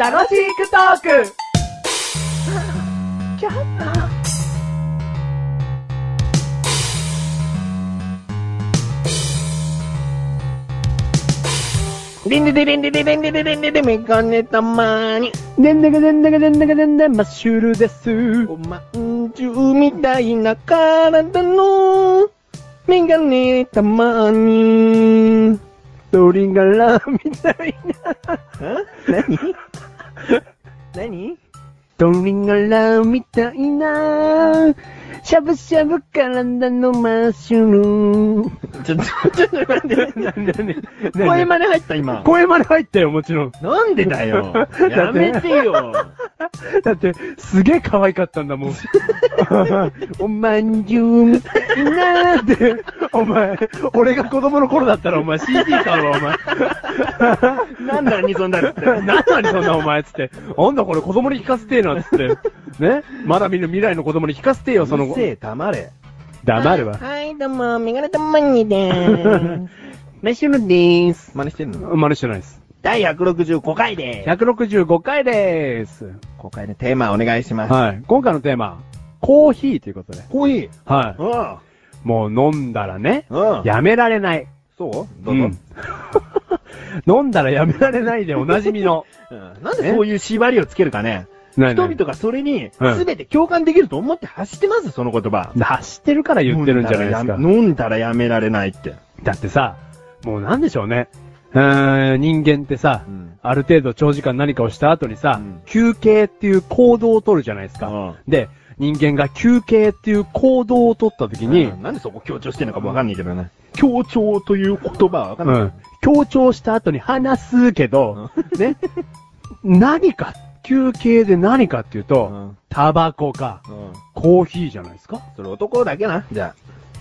楽しくトークリンディディリンディディリンディディリンディディメガネたまに。でんでかでんでかでんでかでんでマッシュルです。おまんじゅうみたいな体のメガネたまに。鳥柄みたいな。何何鳥柄みたいな。しゃぶしゃぶ体のマッシュル。ちょ、ちょ、ちょっと待って。なんでね。声真似入った今。声まで入ったよ、もちろん。 なんでだよ。やめてよ。だって、すげえ可愛かったんだもん。おまんじゅうみたいなーって、お前、俺が子供の頃だったらお前 CD 買うわ、お前。なんだよ、ニソンだろって。なんだにそんなお前っつって。なんだこれ子供に聞かせてえなっつって。ねまだ見ぬ未来の子供に聞かせてえよ、そのうる子。せえ、黙れ。黙るわ。はい、どうも、メガネたまにで ーす。マッシュルでーす。真似してんの真似してないです。第165回でーす。 165回でーす。 105回のテーマお願いします。はい。今回のテーマ、コーヒーということで。コーヒー。はうん。い。もう飲んだらね、うん。やめられない。そうどううぞん。飲んだらやめられないでおなじみの。 うんなんでそういう縛りをつけるかね。人人々がそれに、うんすべて共感できると思って走ってます、その言葉。走ってるから言ってるんじゃないですか。飲んだらやめられないって。だってさ、もうなんでしょうね。うーん、人間ってさ、うんある程度長時間何かをした後にさ、うん休憩っていう行動を取るじゃないですか。うんで、人間が休憩っていう行動を取った時に、うんなんでそこ強調してんのかもわかんないけどね。強調という言葉はわかんうない。ん、強調した後に話すけど、ね、何か、休憩で何かっていうと、うんタバコか、うん。コーヒーじゃないですか。それ男だけな。じゃ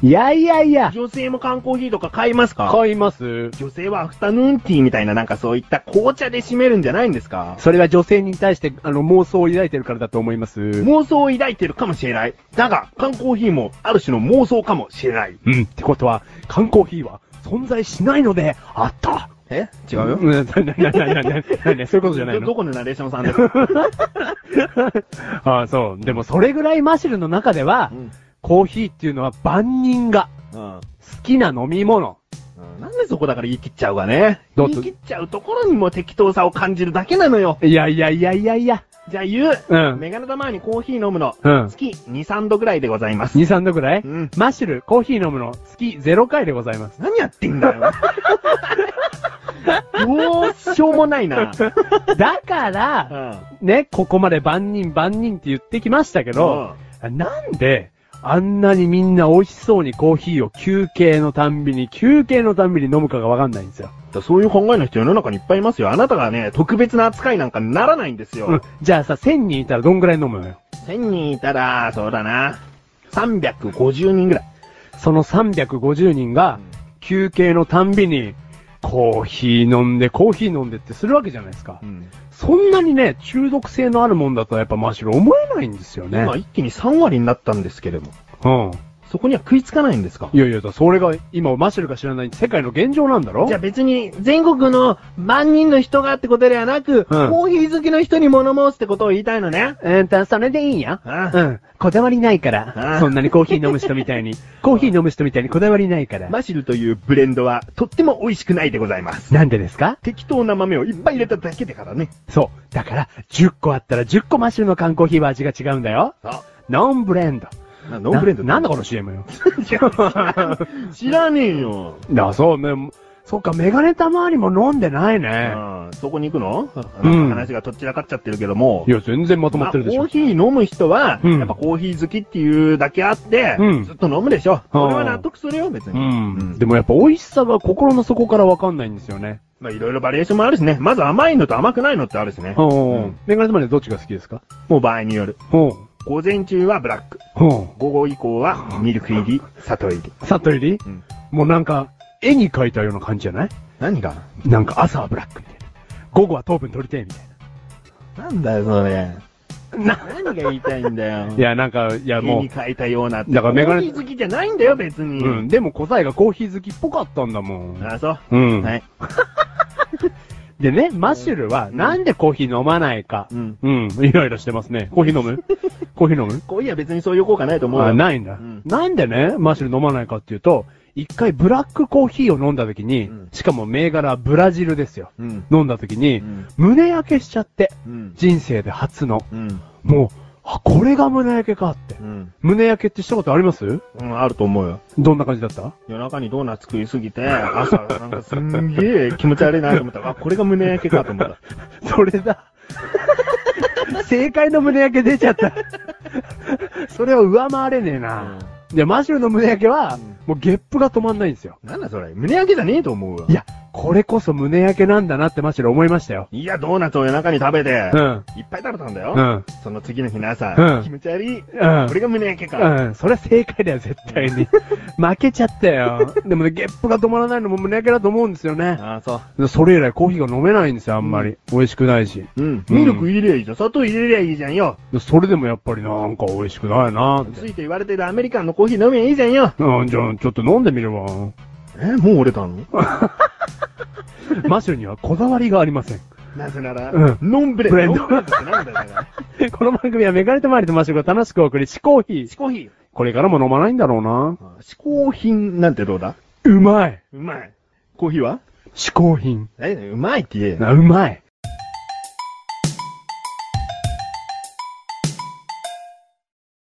いやいやいやあ。、女性も缶コーヒーとか買いますか買います女性はアフタヌーンティーみたいななんかそういった紅茶で締めるんじゃないんですかそれは女性に対して、あの、妄想を抱いてるからだと思います。妄想を抱いてるかもしれない。だが、缶コーヒーもある種の妄想かもしれない。うん。ってことは、缶コーヒーは存在しないので、あった。え違ん。な、な、な、な、な、な、な、な、そういうことじゃないどのこのナレーションさんですかああ、そう。でも、それぐらいマシルの中では、ん。コーヒーっていうのは万人がうん。好きな飲み物。なんでそこだから言い切っちゃうかね。だ言ってい切っちゃうところにも適当さを感じるだけなのよ。いやいやいやいやいや。じゃあ言う。うんメガネ玉にコーヒー飲むの。うん月2、3度ぐらいでございます。 2、3度ぐらい、うんマッシュル、コーヒー飲むの、月0回でござ います。何やってんだよ。どうしようもないな。だから、ね、ここまで万人万人って言ってきましたけど、なんで、あんなにみんな美味しそうにコーヒーを休憩のたんびに、休憩のたんびに飲むかがわかんないんですよ。だそういう考えの人世の中にいっぱいいますよ。あなたがね、特別な扱いなんかならないんですうんよ。。じゃあさ、1000人いたらどんぐらい飲むのよ。 1000人いたら、そうだな。350人ぐらい。その350人が、休憩のたんびに、コーヒー飲んで、コーヒー飲んでってするわけじゃないですか。そんなにね、中毒性のあるもんだとはやっぱマシュル思えないんですよね今。一気に3割になったんですけれども。うん。そこには食いつかないんですかいやいや、だそれが今マシュルが知らない世界の現状なんだろじゃあ別に全国の万人の人がってことではなく、コーヒー好きの人に物申すってことを言いたいのね。うんと、それでいいよ。あうん。こだわりないかあら。そんなにコーヒー飲む人みたい に。コーヒー飲む人みたいにこだわりないから。マシルというブレンドはとっても美味しくないでございます。なんでですか適当な豆をいっぱい入れただけだからね。そう。だから、10個あったら10個マシュルの缶コーヒーは味が違うんだよ。あ、ノンブレンド。なノーブレンドななんだこの CM よ。 の知らねえよ。だ、そうね。そっか、メガネたまわりも飲んでないうね。ん、そこに行くの、うん話がとっちらかっちゃってるけどもい。や、全然まとまってるでしまあコょー。ヒー飲む人は、うんやっぱコーヒー好きっていうだけあって、うんずっと飲むでしょ。それは納得するよ、別うに。ん。でもやっぱ美味しさが心の底からわかんないんですよね。まあいろいろバリエーションもあるしね。まず甘いのと甘くないのってあるしね。うん。メガネたまわりはどっちが好きですかもう場合による。うん。午前中はブラック。うん。午後以降はミルク入り、砂糖入り。サトイリうんもうなんか、絵に描いたような感じじゃない何がなんか朝はブラックみたいな。午後は糖分取りてえみたいなんだよ、それ。な。な、 何が言いたいんだよ。い、や、なんか、いや絵もに描いたようなって。だからメガネコーヒー好きじゃないんだよ、別う、に。うん。でも小細がコーヒー好きっぽかったんだもん。あ、そう。うん。はい。でね、マシュルはなんでコーヒー飲まないか。うん。うん、イライラしてますね。コーヒー飲 むコーヒー飲むコーヒーは別にそういう効果ないと思うよ。あ、ないんだ、うんなんでね、マシュル飲まないかっていうと、一回ブラックコーヒーを飲んだ時に、うんしかも銘柄ブラジルですよ。うん。飲んだ時に、うん胸焼けしちゃって、うん。人生で初の。うん。もう、あ、これが胸焼けかって。うん。胸焼けってしたことありますうん、あると思うよ。どんな感じだった夜中にドーナツ食いすぎて、朝、なんかすんげえ気持ち悪いなと思ったら、あ、これが胸焼けかと思 った。それ だ。正解の胸焼け出ちゃった。それを上回れねえな。で、マシュルの胸焼けは、もうゲップが止まんないんですよ。なんだそれ胸焼けじゃねえと思うわい。や、これこそ胸焼けなんだなってマシュル思いましたよ。いや、ドーナツを夜中に食べて、うん。いっぱい食べたんだよ。うん。その次の日の朝、うん気持ち悪い。うんこれが胸焼けか。うん、それは正解だよ、絶対に。負けちゃったよ。でもね、ゲップが止まらないのも胸焼けだと思うんですよね。ああ、そそれ以来コーヒーが飲めないんですよ、あんまり。美味しくないし。う。うん。うんミルク入れりゃいいじゃん。砂糖入れりゃいいじゃんよ。それでもやっぱりなんか美味しくないなって。ついて言われてるアメリカンのコーヒー飲みゃいいじゃんよ。うん、じゃあ、ちょっと飲んでみれば。え、もう折れたのマシュルにはこだわりがありません。なぜなら、うんノンブレブレンノンドブレンドってなんだよだから。この番組はメガネとマリとマシュルが楽しくお送り、嗜好 品。嗜好品。これからも飲まないんだろうな。あ嗜好品なんてどうだうまい。うまい。コーヒーは嗜好品。え、うまいって言えよ。なうまい。